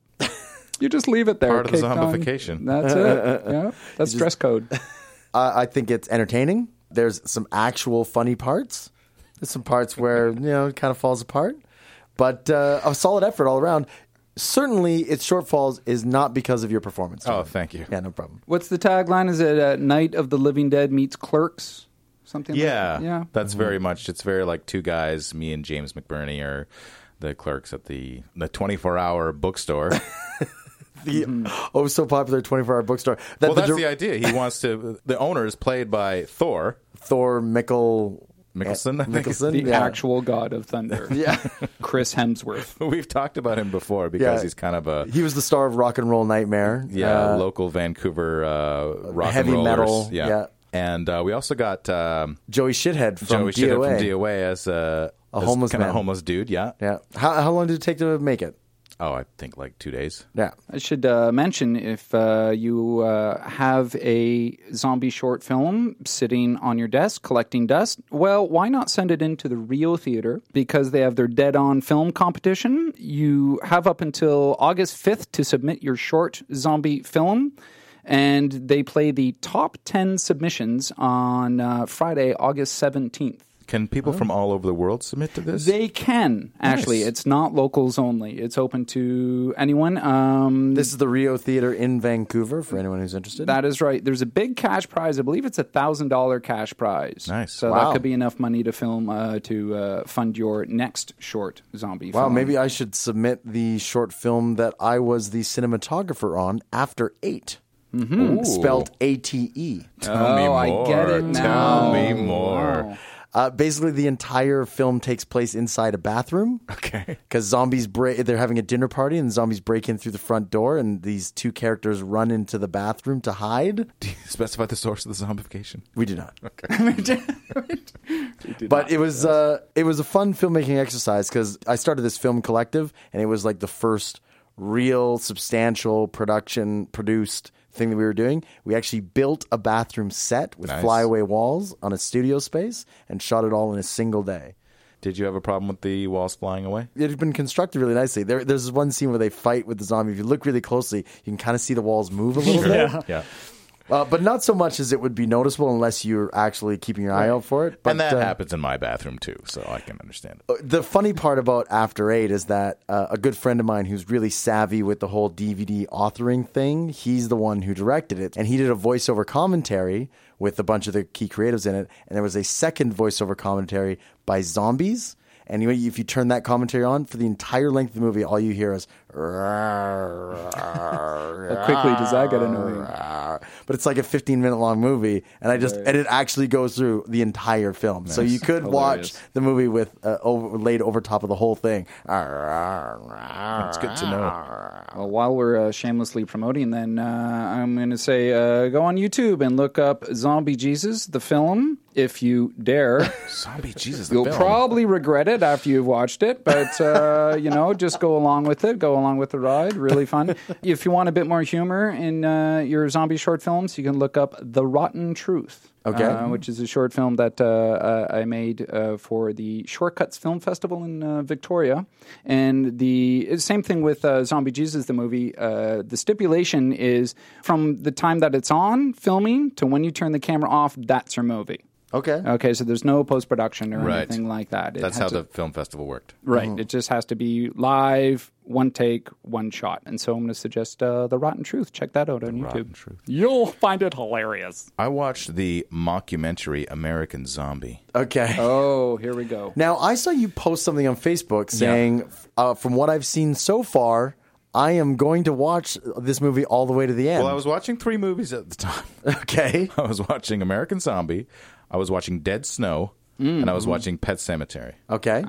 You just leave it there. Part of the caked on. zombification. *laughs* That's it. Yeah. That's dress code. I, I think it's entertaining. There's some actual funny parts. There's some parts *laughs* where you know it kind of falls apart, but uh, a solid effort all around. Certainly, its shortfalls is not because of your performance. Oh, Tom. thank you. Yeah, no problem. What's the tagline? Is it uh, Night of the Living Dead meets Clerks? Something Yeah, like that? Yeah. That's Mm-hmm. very much. It's very like two guys. Me and James McBurney are the clerks at the the 24 *laughs* hour bookstore. The oh so popular 24 hour bookstore. That Mm-hmm. well, the that's dir- the idea. He wants to. The owner is played by Thor Thor Mickel Mickelson. I think is Mickelson, The yeah. actual god of thunder. Yeah. Chris Hemsworth. *laughs* We've talked about him before because Yeah. he's kind of a *laughs* He was the star of Rock and Roll Nightmare. uh, yeah local Vancouver uh, rock heavy and rollers. metal, Yeah. yeah. And uh, we also got um, Joey Shithead from Joey DOA. Shitter from DOA as uh, A as homeless kinda man. homeless dude. Yeah. Yeah. How, how long did it take to make it? Oh, I think like two days. Yeah. I should uh, mention if uh, you uh, have a zombie short film sitting on your desk collecting dust, well, why not send it into the Rio Theater because they have their dead on film competition? You have up until August 5th to submit your short zombie film. And they play the top 10 submissions on uh, Friday, August 17th. Can people from all over the world submit to this? They can, actually. Nice. It's not locals only, it's open to anyone. Um, This is the Rio Theater in Vancouver for anyone who's interested. That is right. There's a big cash prize. I believe it's a thousand dollar cash prize. Nice. So Wow. that could be enough money to film uh, to uh, fund your next short zombie. wow, film. maybe I should submit the short film that I was the cinematographer on after 8 Mm-hmm. Spelled A T E. Tell me Oh, I more. get it Tell now. me more. Uh, basically, the entire film takes place inside a bathroom. Okay. *laughs* Because zombies break, they're having a dinner party, and zombies break in through the front door, and these two characters run into the bathroom to hide. *laughs* Do you specify the source of the zombification? *laughs* We do not. but it was uh, it was a fun filmmaking exercise because I started this film collective, and it was like the first real substantial production produced thing that we were doing. We actually built a bathroom set with Nice. flyaway walls on a studio space and shot it all in a single day. Did you have a problem with the walls flying away? It had been constructed really nicely. There, there's this one scene where they fight with the zombie. If you look really closely, you can kind of see the walls move a little bit, Yeah. uh, but not so much as it would be noticeable unless you're actually keeping your eye out for it. But, and that uh, happens in my bathroom too, so I can understand. it. the funny part about After Eight is that uh, a good friend of mine who's really savvy with the whole DVD authoring thing, he's the one who directed it. And he did a voiceover commentary with a bunch of the key creatives in it. And there was a second voiceover commentary by zombies. And you, if you turn that commentary on for the entire length of the movie, all you hear is. How quickly does that get annoying? Ah. but it's like a 15 minute long movie and i just and it actually goes through the entire film so you could watch the movie with uh, over, laid over top of the whole thing It's good to know. Well, while we're uh, shamelessly promoting, then uh, I'm going to say uh, go on YouTube and look up Zombie Jesus, the film, if you *laughs* dare. Zombie Jesus, the You'll film. probably regret it after you've watched it, but *laughs* uh, you know, just go along with it. Go along with the ride. Really fun. if you want a bit more humor in uh, your zombie short films, you can look up The Rotten Truth. Okay. uh, which is a short film that uh, uh, I made uh, for the Shortcuts Film Festival in uh, Victoria, and the same thing with uh, Zombie Jesus, the movie. Uh, the stipulation is from the time that it's on filming to when you turn the camera off. That's your movie. okay Okay, so there's no post production or Right. anything like that. It That's has how to- the film festival worked. right. Oh. It just has to be live, one take, one shot. And so I'm going to suggest uh, the Rotten Truth. Check that out on YouTube. You'll find it hilarious. I watched the mockumentary American Zombie. okay Oh, here we go. *laughs* now i saw you post something on facebook saying uh, from what i've seen so far i am going to watch this movie all the way to the end Well, I was watching three movies at the *laughs* time. okay I was watching American Zombie, I was watching Dead Snow, and I was watching Pet Cemetery. okay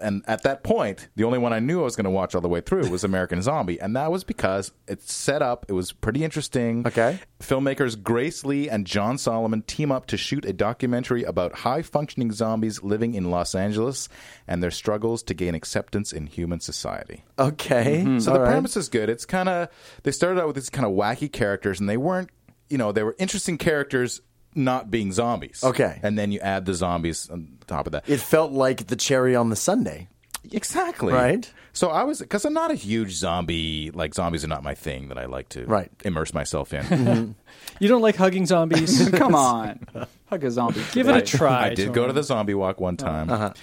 and at that point, the only one I knew I was going to watch all the way through was American Zombie, and that was because it's set up. It was pretty interesting. Okay. filmmakers Grace Lee and John Solomon team up to shoot a documentary about high functioning zombies living in Los Angeles and their struggles to gain acceptance in human society. okay So the premise is good. It's kind of they started out with these kind of wacky characters, and they weren't, you know, they were interesting characters not being zombies. Okay. and then you add the zombies on top of that. it felt like the cherry on the sunday Exactly. Right. So I was because I'm not a huge zombie. Like zombies are not my thing that I like to Right. immerse myself in. *laughs* You don't like hugging *laughs* zombies? Come on. Hug a zombie. Give it a today. try. I did go to the zombie walk one Uh-huh. time,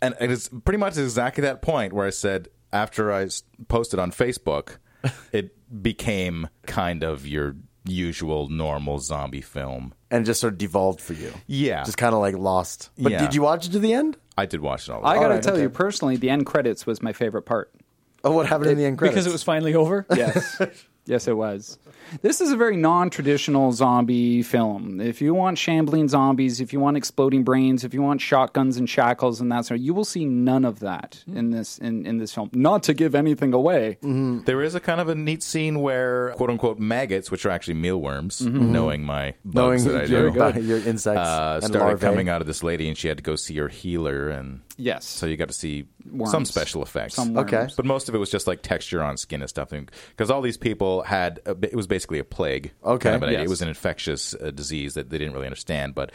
and it is pretty much exactly that point where I said after I s- posted on Facebook, *laughs* it became kind of your usual normal zombie film. and it just sort of devolved for you Yeah. just kind of like lost but Yeah. did you watch it to the end I did watch it all. I got to right, tell okay. you personally, the end credits was my favorite part. oh what happened in the end credits because it was finally over. Yes. *laughs* yes, it was. This is a very non traditional zombie film. If you want shambling zombies, if you want exploding brains, if you want shotguns and shackles and that sort of you will see none of that in this in, in this film. Not to give anything away. There is a kind of a neat scene where quote unquote maggots, which are actually mealworms, knowing my bugs Mm-hmm. knowing that I your, *laughs* do, *laughs* your insects uh, and started larvae. coming out of this lady, and she had to go see her healer, and Yes. so you got to see some special effects. Some *laughs* worms. Okay. But most of it was just like texture on skin and stuff, because all these people had a, bi- it was basically a plague. Okay. kind of an idea. Yes. it was an infectious uh, disease that they didn't really understand. But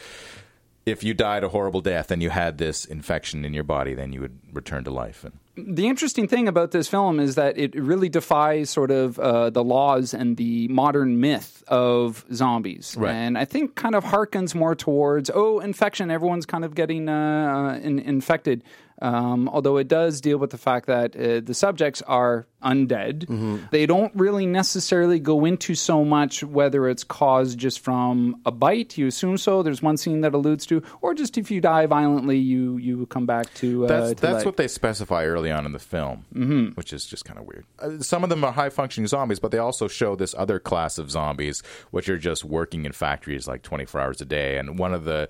if you died a horrible death and you had this infection in your body, then you would return to life. And the interesting thing about this film is that it really defies sort of uh, the laws and the modern myth of zombies, Right. and I think kind of harkens more towards oh infection. Everyone's kind of getting uh, in- infected. Um, although it does deal with the fact that uh, the subjects are undead, Mm-hmm. they don't really necessarily go into so much whether it's caused just from a bite. You assume so. There's one scene that alludes to, or just if you die violently, you you come back to. Uh, that's to that's life. what they specify early on in the film, mm-hmm. which is just kind of weird. Uh, some of them are high functioning zombies, but they also show this other class of zombies, which are just working in factories like twenty four hours a day. And one of the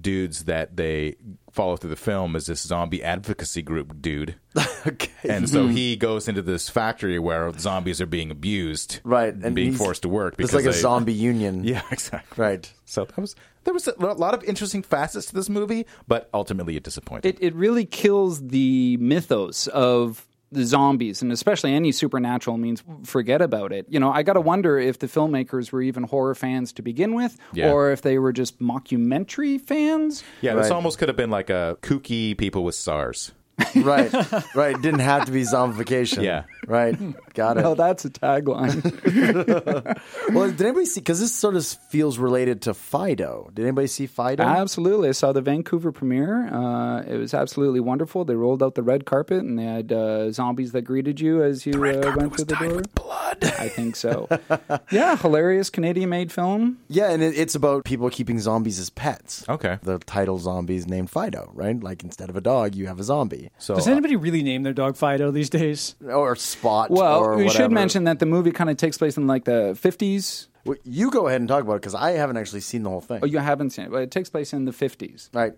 dudes that they follow through the film is this zombie advocacy group dude. *laughs* okay. Hmm. And so he goes into this factory where zombies are being abused, right. And being he's- forced to work It's because like a they- zombie union. *laughs* Yeah, exactly. Right. So that was there was a lot of interesting facets to this movie, but ultimately it disappointed. it, it really kills the mythos of the zombies and especially any supernatural means forget about it you know i gotta wonder if the filmmakers were even horror fans to begin with Yeah. or if they were just mockumentary fans yeah, this Right. almost could have been like a kooky people with SARS. Right. Right. It didn't have to be zombification. Yeah. Right. Got it. oh that's a tagline Well, did anybody see? Because this sort of feels related to Fido. Did anybody see Fido? Ah. absolutely i saw the vancouver premiere uh, it was absolutely wonderful they rolled out the red carpet and they had uh, zombies that greeted you as you uh, went through the door blood. i think so yeah hilarious canadian made film yeah, and it, it's about people keeping zombies as pets. Okay. The title zombies named Fido, right? Like instead of a dog, you have a zombie So Does anybody really name their dog Fido these days? or Spot. Well, or we whatever. should mention that the movie kind of takes place in like the 50s. Well, You go ahead and talk about it because I haven't actually seen the whole thing. Oh, you haven't seen it, but it takes place in the 50s. right.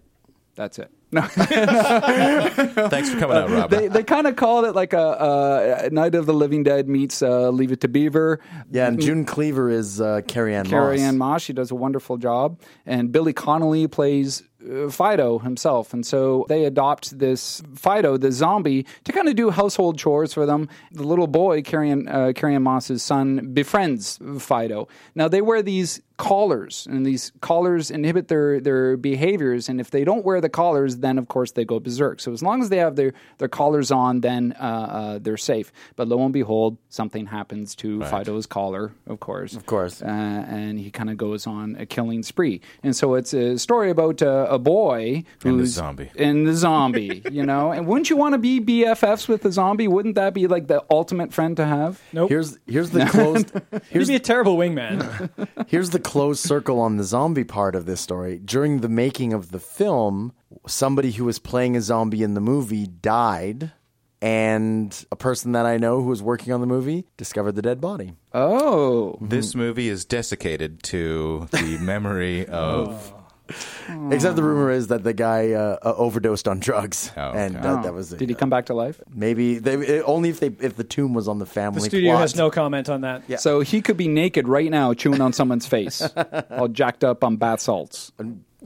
That's it. *laughs* No, thanks for coming out, Rob. they they kind of called it like a, a Night of the Living Dead meets uh, Leave It to Beaver. Yeah, and June Cleaver is uh, Carrie Ann Carrie Moss. Ann Moss, she does a wonderful job, and Billy Connolly plays uh, Fido himself, and so they adopt this Fido, the zombie, to kind of do household chores for them. The little boy, Carrie Ann, uh, Carrie Ann Moss's son, befriends Fido. Now they wear these collars, and these collars inhibit their their behaviors, and if they don't wear the collars, then of course they go berserk. So as long as they have their their collars on, then uh, uh, they're safe. But lo and behold, something happens to Fido's collar, of course. Of course. uh, and he kind of goes on a killing spree. And so it's a story about uh, a boy who's the zombie. And the zombie, you know. And wouldn't you want to be BFFs with the zombie? Wouldn't that be like the ultimate friend to have? Nope. Here's here's the closed He'd be a terrible wingman. Here's the closed circle on the zombie part of this story. During the making of the film, somebody who was playing a zombie in the movie died, and a person that I know who was working on the movie discovered the dead body. Oh, this movie is desiccated to the memory of Except the rumor is that the guy uh, uh, overdosed on drugs, Oh, okay. and uh, that was it. did he come back to life? Maybe they, it- only if they if the tomb was on the family. The studio plot. has no comment on that. Yeah. So he could be naked right now, chewing on someone's face, all jacked up on bath salts.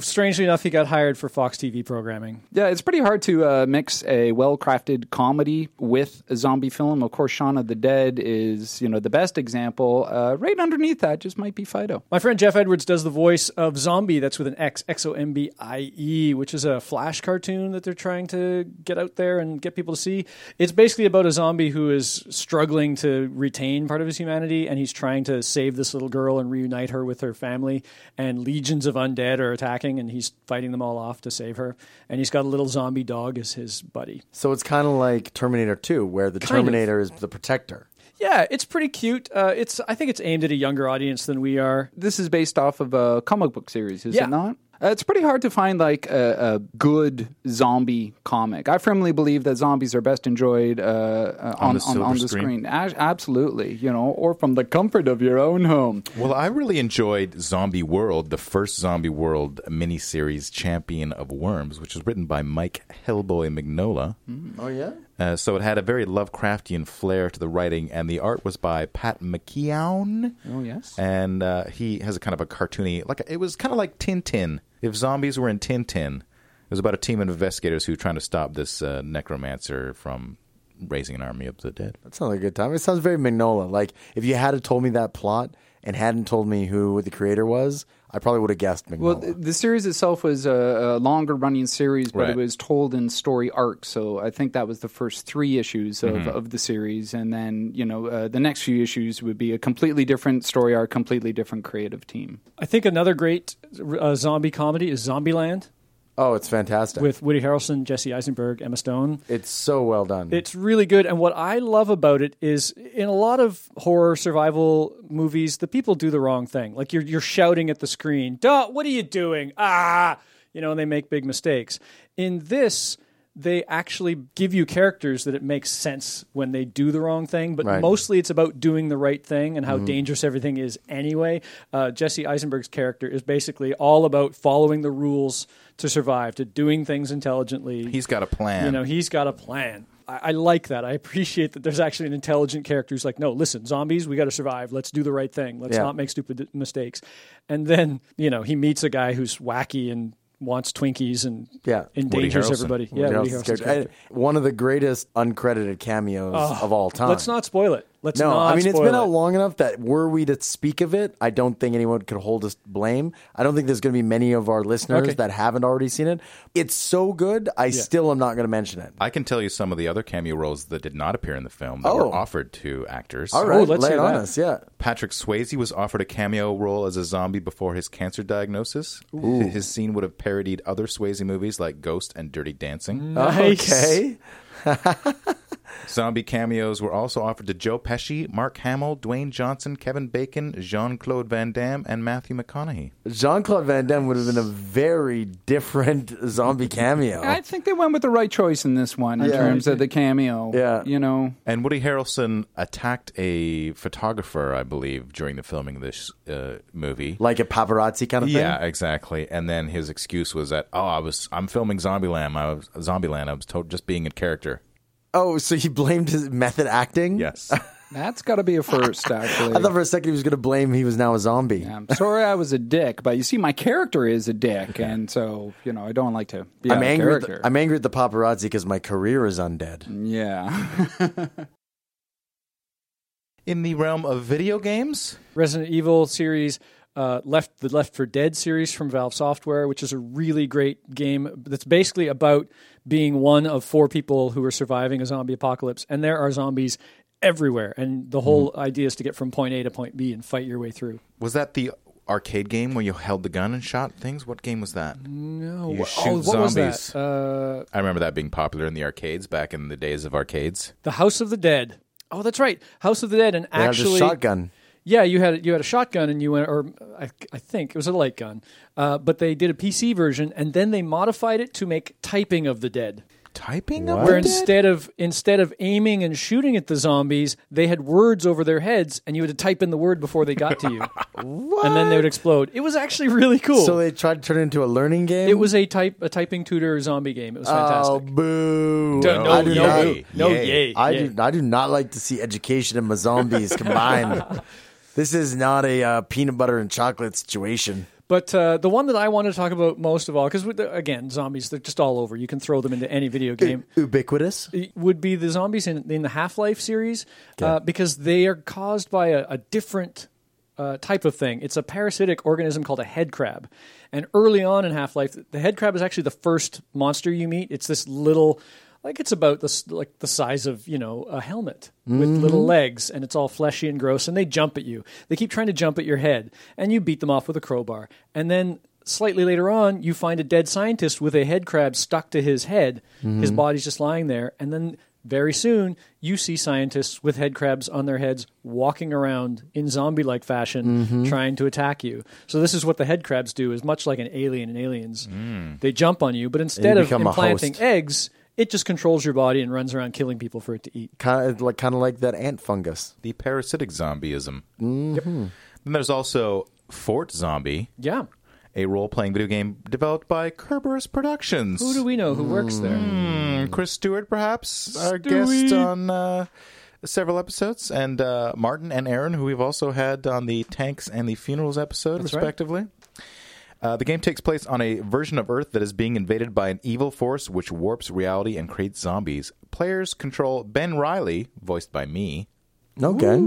Strangely enough, he got hired for Fox TV programming. Yeah, it's pretty hard to uh, mix a well-crafted comedy with a zombie film. Of course, Shaun of the Dead is you know the best example. Uh, right underneath that, just might be Fido. My friend Jeff Edwards does the voice of Zombie. That's with an X, X O M B I E, which is a Flash cartoon that they're trying to get out there and get people to see. It's basically about a zombie who is struggling to retain part of his humanity, and he's trying to save this little girl and reunite her with her family. And legions of undead are attacking, and he's fighting them all off to save her. And he's got a little zombie dog as his buddy. So it's kind of like Terminator Two, where the Kind of. Terminator is the protector. Yeah, it's pretty cute. Uh, it's I think it's aimed at a younger audience than we are. This is based off of a comic book series, is Yeah. it not? Uh, it's pretty hard to find like a, a good zombie comic. I firmly believe that zombies are best enjoyed uh, uh, on, the on, on, silver the screen. screen. A- absolutely, you know, or from the comfort of your own home. Well, I really enjoyed Zombie World, the first Zombie World miniseries, Champion of Worms, which was written by Mike Hellboy Magnola. Oh yeah. Uh, so it had a very Lovecraftian flair to the writing, and the art was by Pat McKeown. Oh, yes. and uh, he has a kind of a cartoony, like it was kind of like Tintin. If zombies were in Tintin, it was about a team of investigators who were trying to stop this uh, necromancer from raising an army of the dead. That sounds like a good time. It sounds very Magnola. Like if you had told me that plot and hadn't told me who the creator was, I probably would have guessed Magnola. Well, Oh. th- the series itself was a, a longer running series, but Right. it was told in story arcs. So I think that was the first three issues of, Mm-hmm. of the series. And then, you know, uh, the next few issues would be a completely different story arc, completely different creative team. I think another great uh, zombie comedy is Zombieland oh, it's fantastic. with Woody Harrelson, Jesse Eisenberg, Emma Stone. it's so well done. It's really good. And what I love about it is in a lot of horror survival movies, the people do the wrong thing. Like you're, you're shouting at the screen, duh, what are you doing? Ah, you know, and they make big mistakes. In this, they actually give you characters that it makes sense when they do the wrong thing, but Right. mostly it's about doing the right thing and how Mm-hmm. dangerous everything is anyway. Uh, Jesse Eisenberg's character is basically all about following the rules to survive, to doing things intelligently. He's got a plan. You know, he's got a plan. I, I like that. I appreciate that there's actually an intelligent character who's like, no, listen, zombies, we got to survive. Let's do the right thing. Let's Yeah. not make stupid d- mistakes. And then, you know, he meets a guy who's wacky and wants Twinkies and Yeah. endangers Harrelson. everybody. Yeah, Woody Harrelson's character. character. I- one of the greatest uncredited cameos of all time. Ah, Let's not spoil it. Let's No, not I mean it's spoil been it. out long enough that were we to speak of it, I don't think anyone could hold us to blame. I don't think there's going to be many of our listeners Okay. that haven't already seen it. It's so good, I still am not going to mention it. I can tell you some of the other cameo roles that did not appear in the film that Oh. were offered to actors. All right, let's lay hear it on that. us. Yeah, Patrick Swayze was offered a cameo role as a zombie before his cancer diagnosis. His scene would have parodied other Swayze movies like Ghost and Dirty Dancing. Mm. Uh-huh. Nice. okay. Zombie cameos were also offered to Joe Pesci, Mark Hamill, Dwayne Johnson, Kevin Bacon, Jean Claude Van Damme, and Matthew McConaughey. Jean Claude Van Damme would have been a very different *laughs* zombie cameo. I think they went with the right choice in this one in terms of the cameo. Yeah. You know, And Woody Harrelson attacked a photographer, I believe, during the filming of this uh, movie. like a paparazzi kind of thing. Yeah, exactly. And then his excuse was that, oh, I was, I'm filming Zombieland. I was Zombieland. I was told just being in character. Oh, so he blamed his method acting? Yes. that's got to be *laughs* a first, actually. I thought for a second he was going to blame he was now a zombie. I'm sorry I was a dick, but you see, my character is a dick, and so you know I don't like to be I'm out of angry. At character. the, I'm angry at the paparazzi because my career is undead. yeah, *laughs* *laughs* in the realm of video games, Resident Evil series, uh, left the Left for Dead series from Valve Software, which is a really great game that's basically about being one of four people who are surviving a zombie apocalypse, and there are zombies everywhere, and Mm-hmm. the whole idea is to get from point A to point B and fight your way through. was that the arcade game where you held the gun and shot things? What game was that? No. You shoot oh, what was zombies. that? Uh, I remember that being popular in the arcades back in the days of arcades. the House of the Dead. Oh, that's right, House of the Dead, and They have actually, this shotgun. Yeah, you had you had a shotgun and you went, or I, I think it was a light gun, uh, but they did a PC version and then they modified it to make typing of the dead, Typing of where the dead? instead of instead of aiming and shooting at the zombies, they had words over their heads and you had to type in the word before they got *laughs* to you, and then they would explode. It was actually really cool. So they tried to turn it into a learning game. it was a type a typing tutor zombie game. It was fantastic. Oh, boo! Don't- I do no, not. yay. no, Yay. yay. I yay. do. I do not like to see education and my zombies combined. This is not a uh, peanut butter and chocolate situation. But uh, the one that I want to talk about most of all, because again, zombies—they're just all over. You can throw them into any video game. Ubiquitous. would be the zombies in, in the Half Life series uh, because they are caused by a, a different uh, type of thing. It's a parasitic organism called a head crab. And early on in Half Life, the head crab is actually the first monster you meet. It's this little. Like it's about the s- like the size of you know a helmet with little legs and it's all fleshy and gross and they jump at you. They keep trying to jump at your head and you beat them off with a crowbar. And then slightly later on, you find a dead scientist with a head crab stuck to his head. His body's just lying there. And then very soon, you see scientists with head crabs on their heads walking around in zombie like fashion, Mm-hmm. trying to attack you. So, this is what the head crabs do, is much like an alien in aliens. They jump on you, but instead of become a implanting host. eggs, it just controls your body and runs around killing people for it to eat. Kind of like kind of like that ant fungus. The parasitic zombieism. Mm-hmm. Then there's also Fort Zombie, Yeah. a role-playing video game developed by Kerberos Productions. Who do we know who works Mm. there? Mm, Mm. Chris Stewart, perhaps our guest on uh, several episodes, and uh, Martin and Aaron, who we've also had on the tanks and the funerals episode, That's right. respectively. Uh, the game takes place on a version of Earth that is being invaded by an evil force which warps reality and creates zombies. Players control Ben Riley, voiced by me, Okay.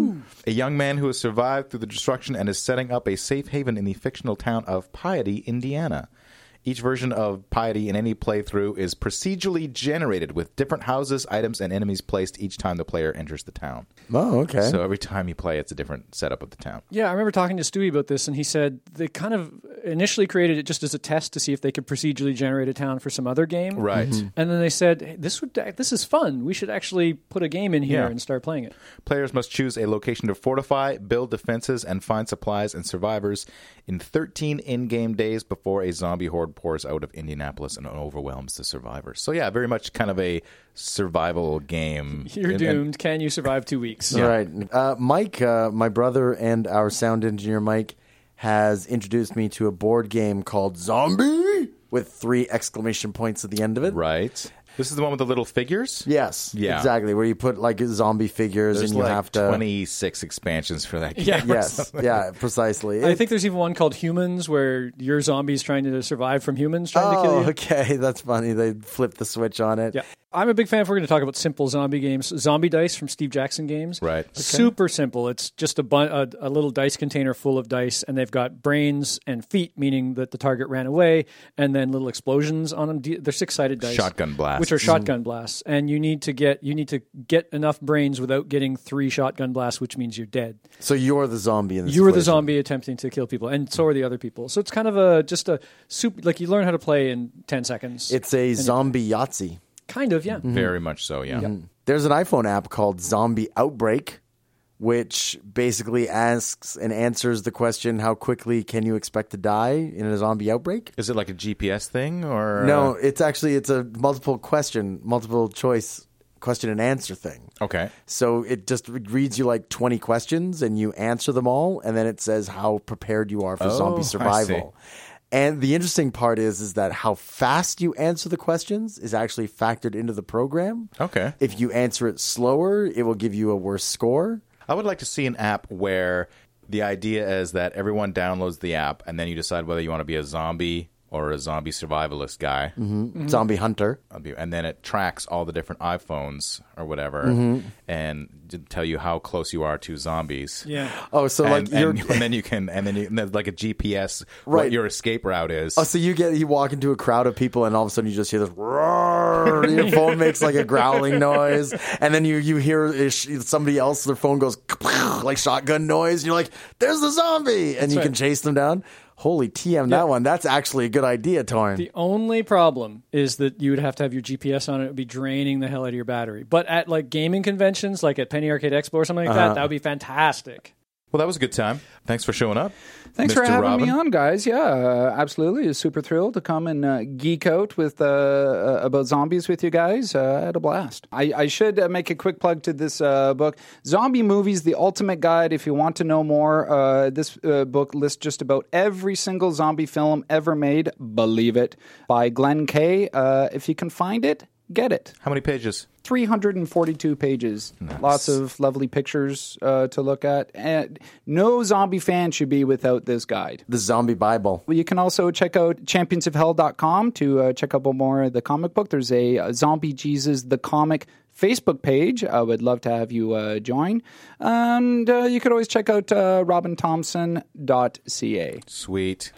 a young man who has survived through the destruction and is setting up a safe haven in the fictional town of Piety, Indiana. Each version of Piety in any playthrough is procedurally generated with different houses, items, and enemies placed each time the player enters the town. Oh, okay. So every time you play, it's a different setup of the town. Yeah, I remember talking to Stewie about this, and he said they kind of initially created it just as a test to see if they could procedurally generate a town for some other game. Right. Mhm. And then they said, hey, this, would, this is fun. We should actually put a game in here Yeah. and start playing it. *laughs* Players must choose a location to fortify, build defenses, and find supplies and survivors in 13 in game days before a zombie horde pours out of Indianapolis and overwhelms the survivors. So yeah, very much kind of a survival game. *laughs* And- You're and- doomed. Can you survive two weeks? All right. Uh, Mike, uh, my brother and our sound engineer, Mike, has introduced me to a board game called Zombie with three exclamation points at the end of it. right. This is the one with the little figures. Yes. Yeah. Exactly. Where you put like zombie figures There's and you like have to. 26 expansions for that game. Yeah. *laughs* Yes. yeah, precisely. I It- think there's even one called Humans where your zombies trying to survive from humans trying to oh, kill you. okay. *laughs* That's funny. They flipped the switch on it. Yeah. I'm a big fan if we're going to talk about simple zombie games. Zombie Dice from Steve Jackson Games. Right. Super simple. It's just a, bun- a, a little dice container full of dice, and they've got brains and feet, meaning that the target ran away, and then little explosions on them. D- They're six sided dice. Shotgun blasts. Mm-hmm. Which are shotgun blasts. And you need to get you need to get enough brains without getting three shotgun blasts, which means you're dead. So you're the zombie in this You are the equation. zombie attempting to kill people, and so are the other people. So it's kind of a just a super like you learn how to play in ten seconds. It's a zombie Yahtzee. kind of yeah. Very much so, yeah. There's an iPhone app called Zombie Outbreak, which basically asks and answers the question how quickly can you expect to die in a zombie outbreak? Is it like a GPS thing or No, it's actually it's a multiple question, multiple choice question and answer thing. uh, Okay. So it just reads you like 20 questions and you answer them all and then it says how prepared you are for Oh, I zombie see. survival. And the interesting part is is that how fast you answer the questions is actually factored into the program. Okay. If you answer it slower, it will give you a worse score. I would like to see an app where the idea is that everyone downloads the app and then you decide whether you want to be a zombie or a zombie survivalist guy. Mm-hmm. Zombie hunter. And then it tracks all the different iPhones or whatever Mm-hmm. and to tell you how close you are to zombies. Yeah. Oh, so and, like you're *laughs* and, and then you can, and then you, and there's like a GPS, Right. what your escape route *laughs* is. Oh, so you get you walk into a crowd of people and all of a sudden you just hear this roar. Your phone makes like a growling noise, and then you you hear ish- somebody else. Their phone goes *laughs* like shotgun noise. And you're like, "There's the zombie," and you right. can chase them down. Holy TM, that one. That's actually a good idea, Torn. The only problem is that you would have to have your GPS on it. It would be draining the hell out of your battery. But at like gaming conventions, like at Penny Arcade Expo or something like that, that would be fantastic. Well, that was a good time. Thanks for showing up. Thanks for Mr. having Robin. me on, guys. Yeah, uh, absolutely. It's super thrilled to come and uh, geek out with uh, uh, about zombies with you guys. Uh, I had a blast. I, I should uh, make a quick plug to this uh, book, Zombie Movies: The Ultimate Guide. If you want to know more, uh, this uh, book lists just about every single zombie film ever made. Believe it, by Glenn Kay. Uh, if you can find it, get it. How many pages? 342 pages. Lots of lovely pictures uh, to look at. And no zombie fan should be without this guide. the zombie Bible. Well, you can also check out championsofhell.com to uh, check out more of the comic book. There's a, uh Zombie Jesus the Comic Facebook page. I would love to have you uh, join. And uh, you could always check out uh, robinthompson.ca. Sweet.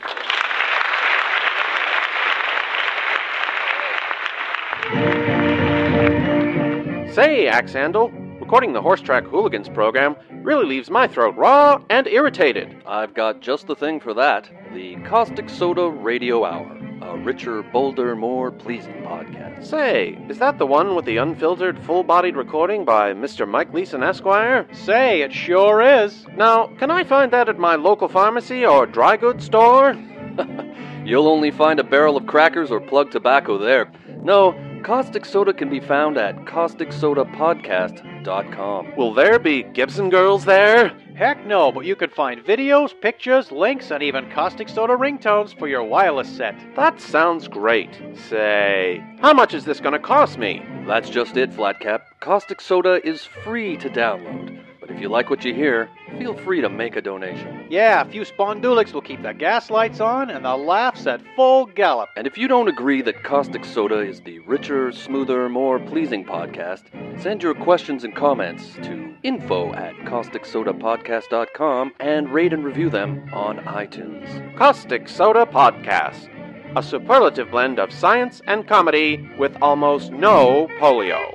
Say, Axe Handle, recording the Horse Track Hooligans program really leaves my throat raw and irritated. I've got just the thing for that the Caustic Soda Radio Hour, a richer, bolder, more pleasing podcast. Say, is that the one with the unfiltered, full bodied recording by Mr. Mike Leeson Esquire? Say, it sure is. Now, can I find that at my local pharmacy or dry goods *laughs* store? You'll only find a barrel of crackers or plug tobacco there. No, Caustic Soda can be found at causticsodapodcast.com. Will there be Gibson girls there? Heck no, but you could find videos, pictures, links, and even caustic soda ringtones for your wireless set. That sounds great. Say, how much is this gonna cost me? That's just it, Flatcap. Caustic Soda is free to download. But if you like what you hear, feel free to make a donation. Yeah, a few spondulics will keep the gas lights on and the laughs at full gallop. And if you don't agree that Caustic Soda is the richer, smoother, more pleasing podcast, send your questions and comments to info at causticsodapodcast.com and rate and review them on iTunes. Caustic Soda Podcast, a superlative blend of science and comedy with almost no polio.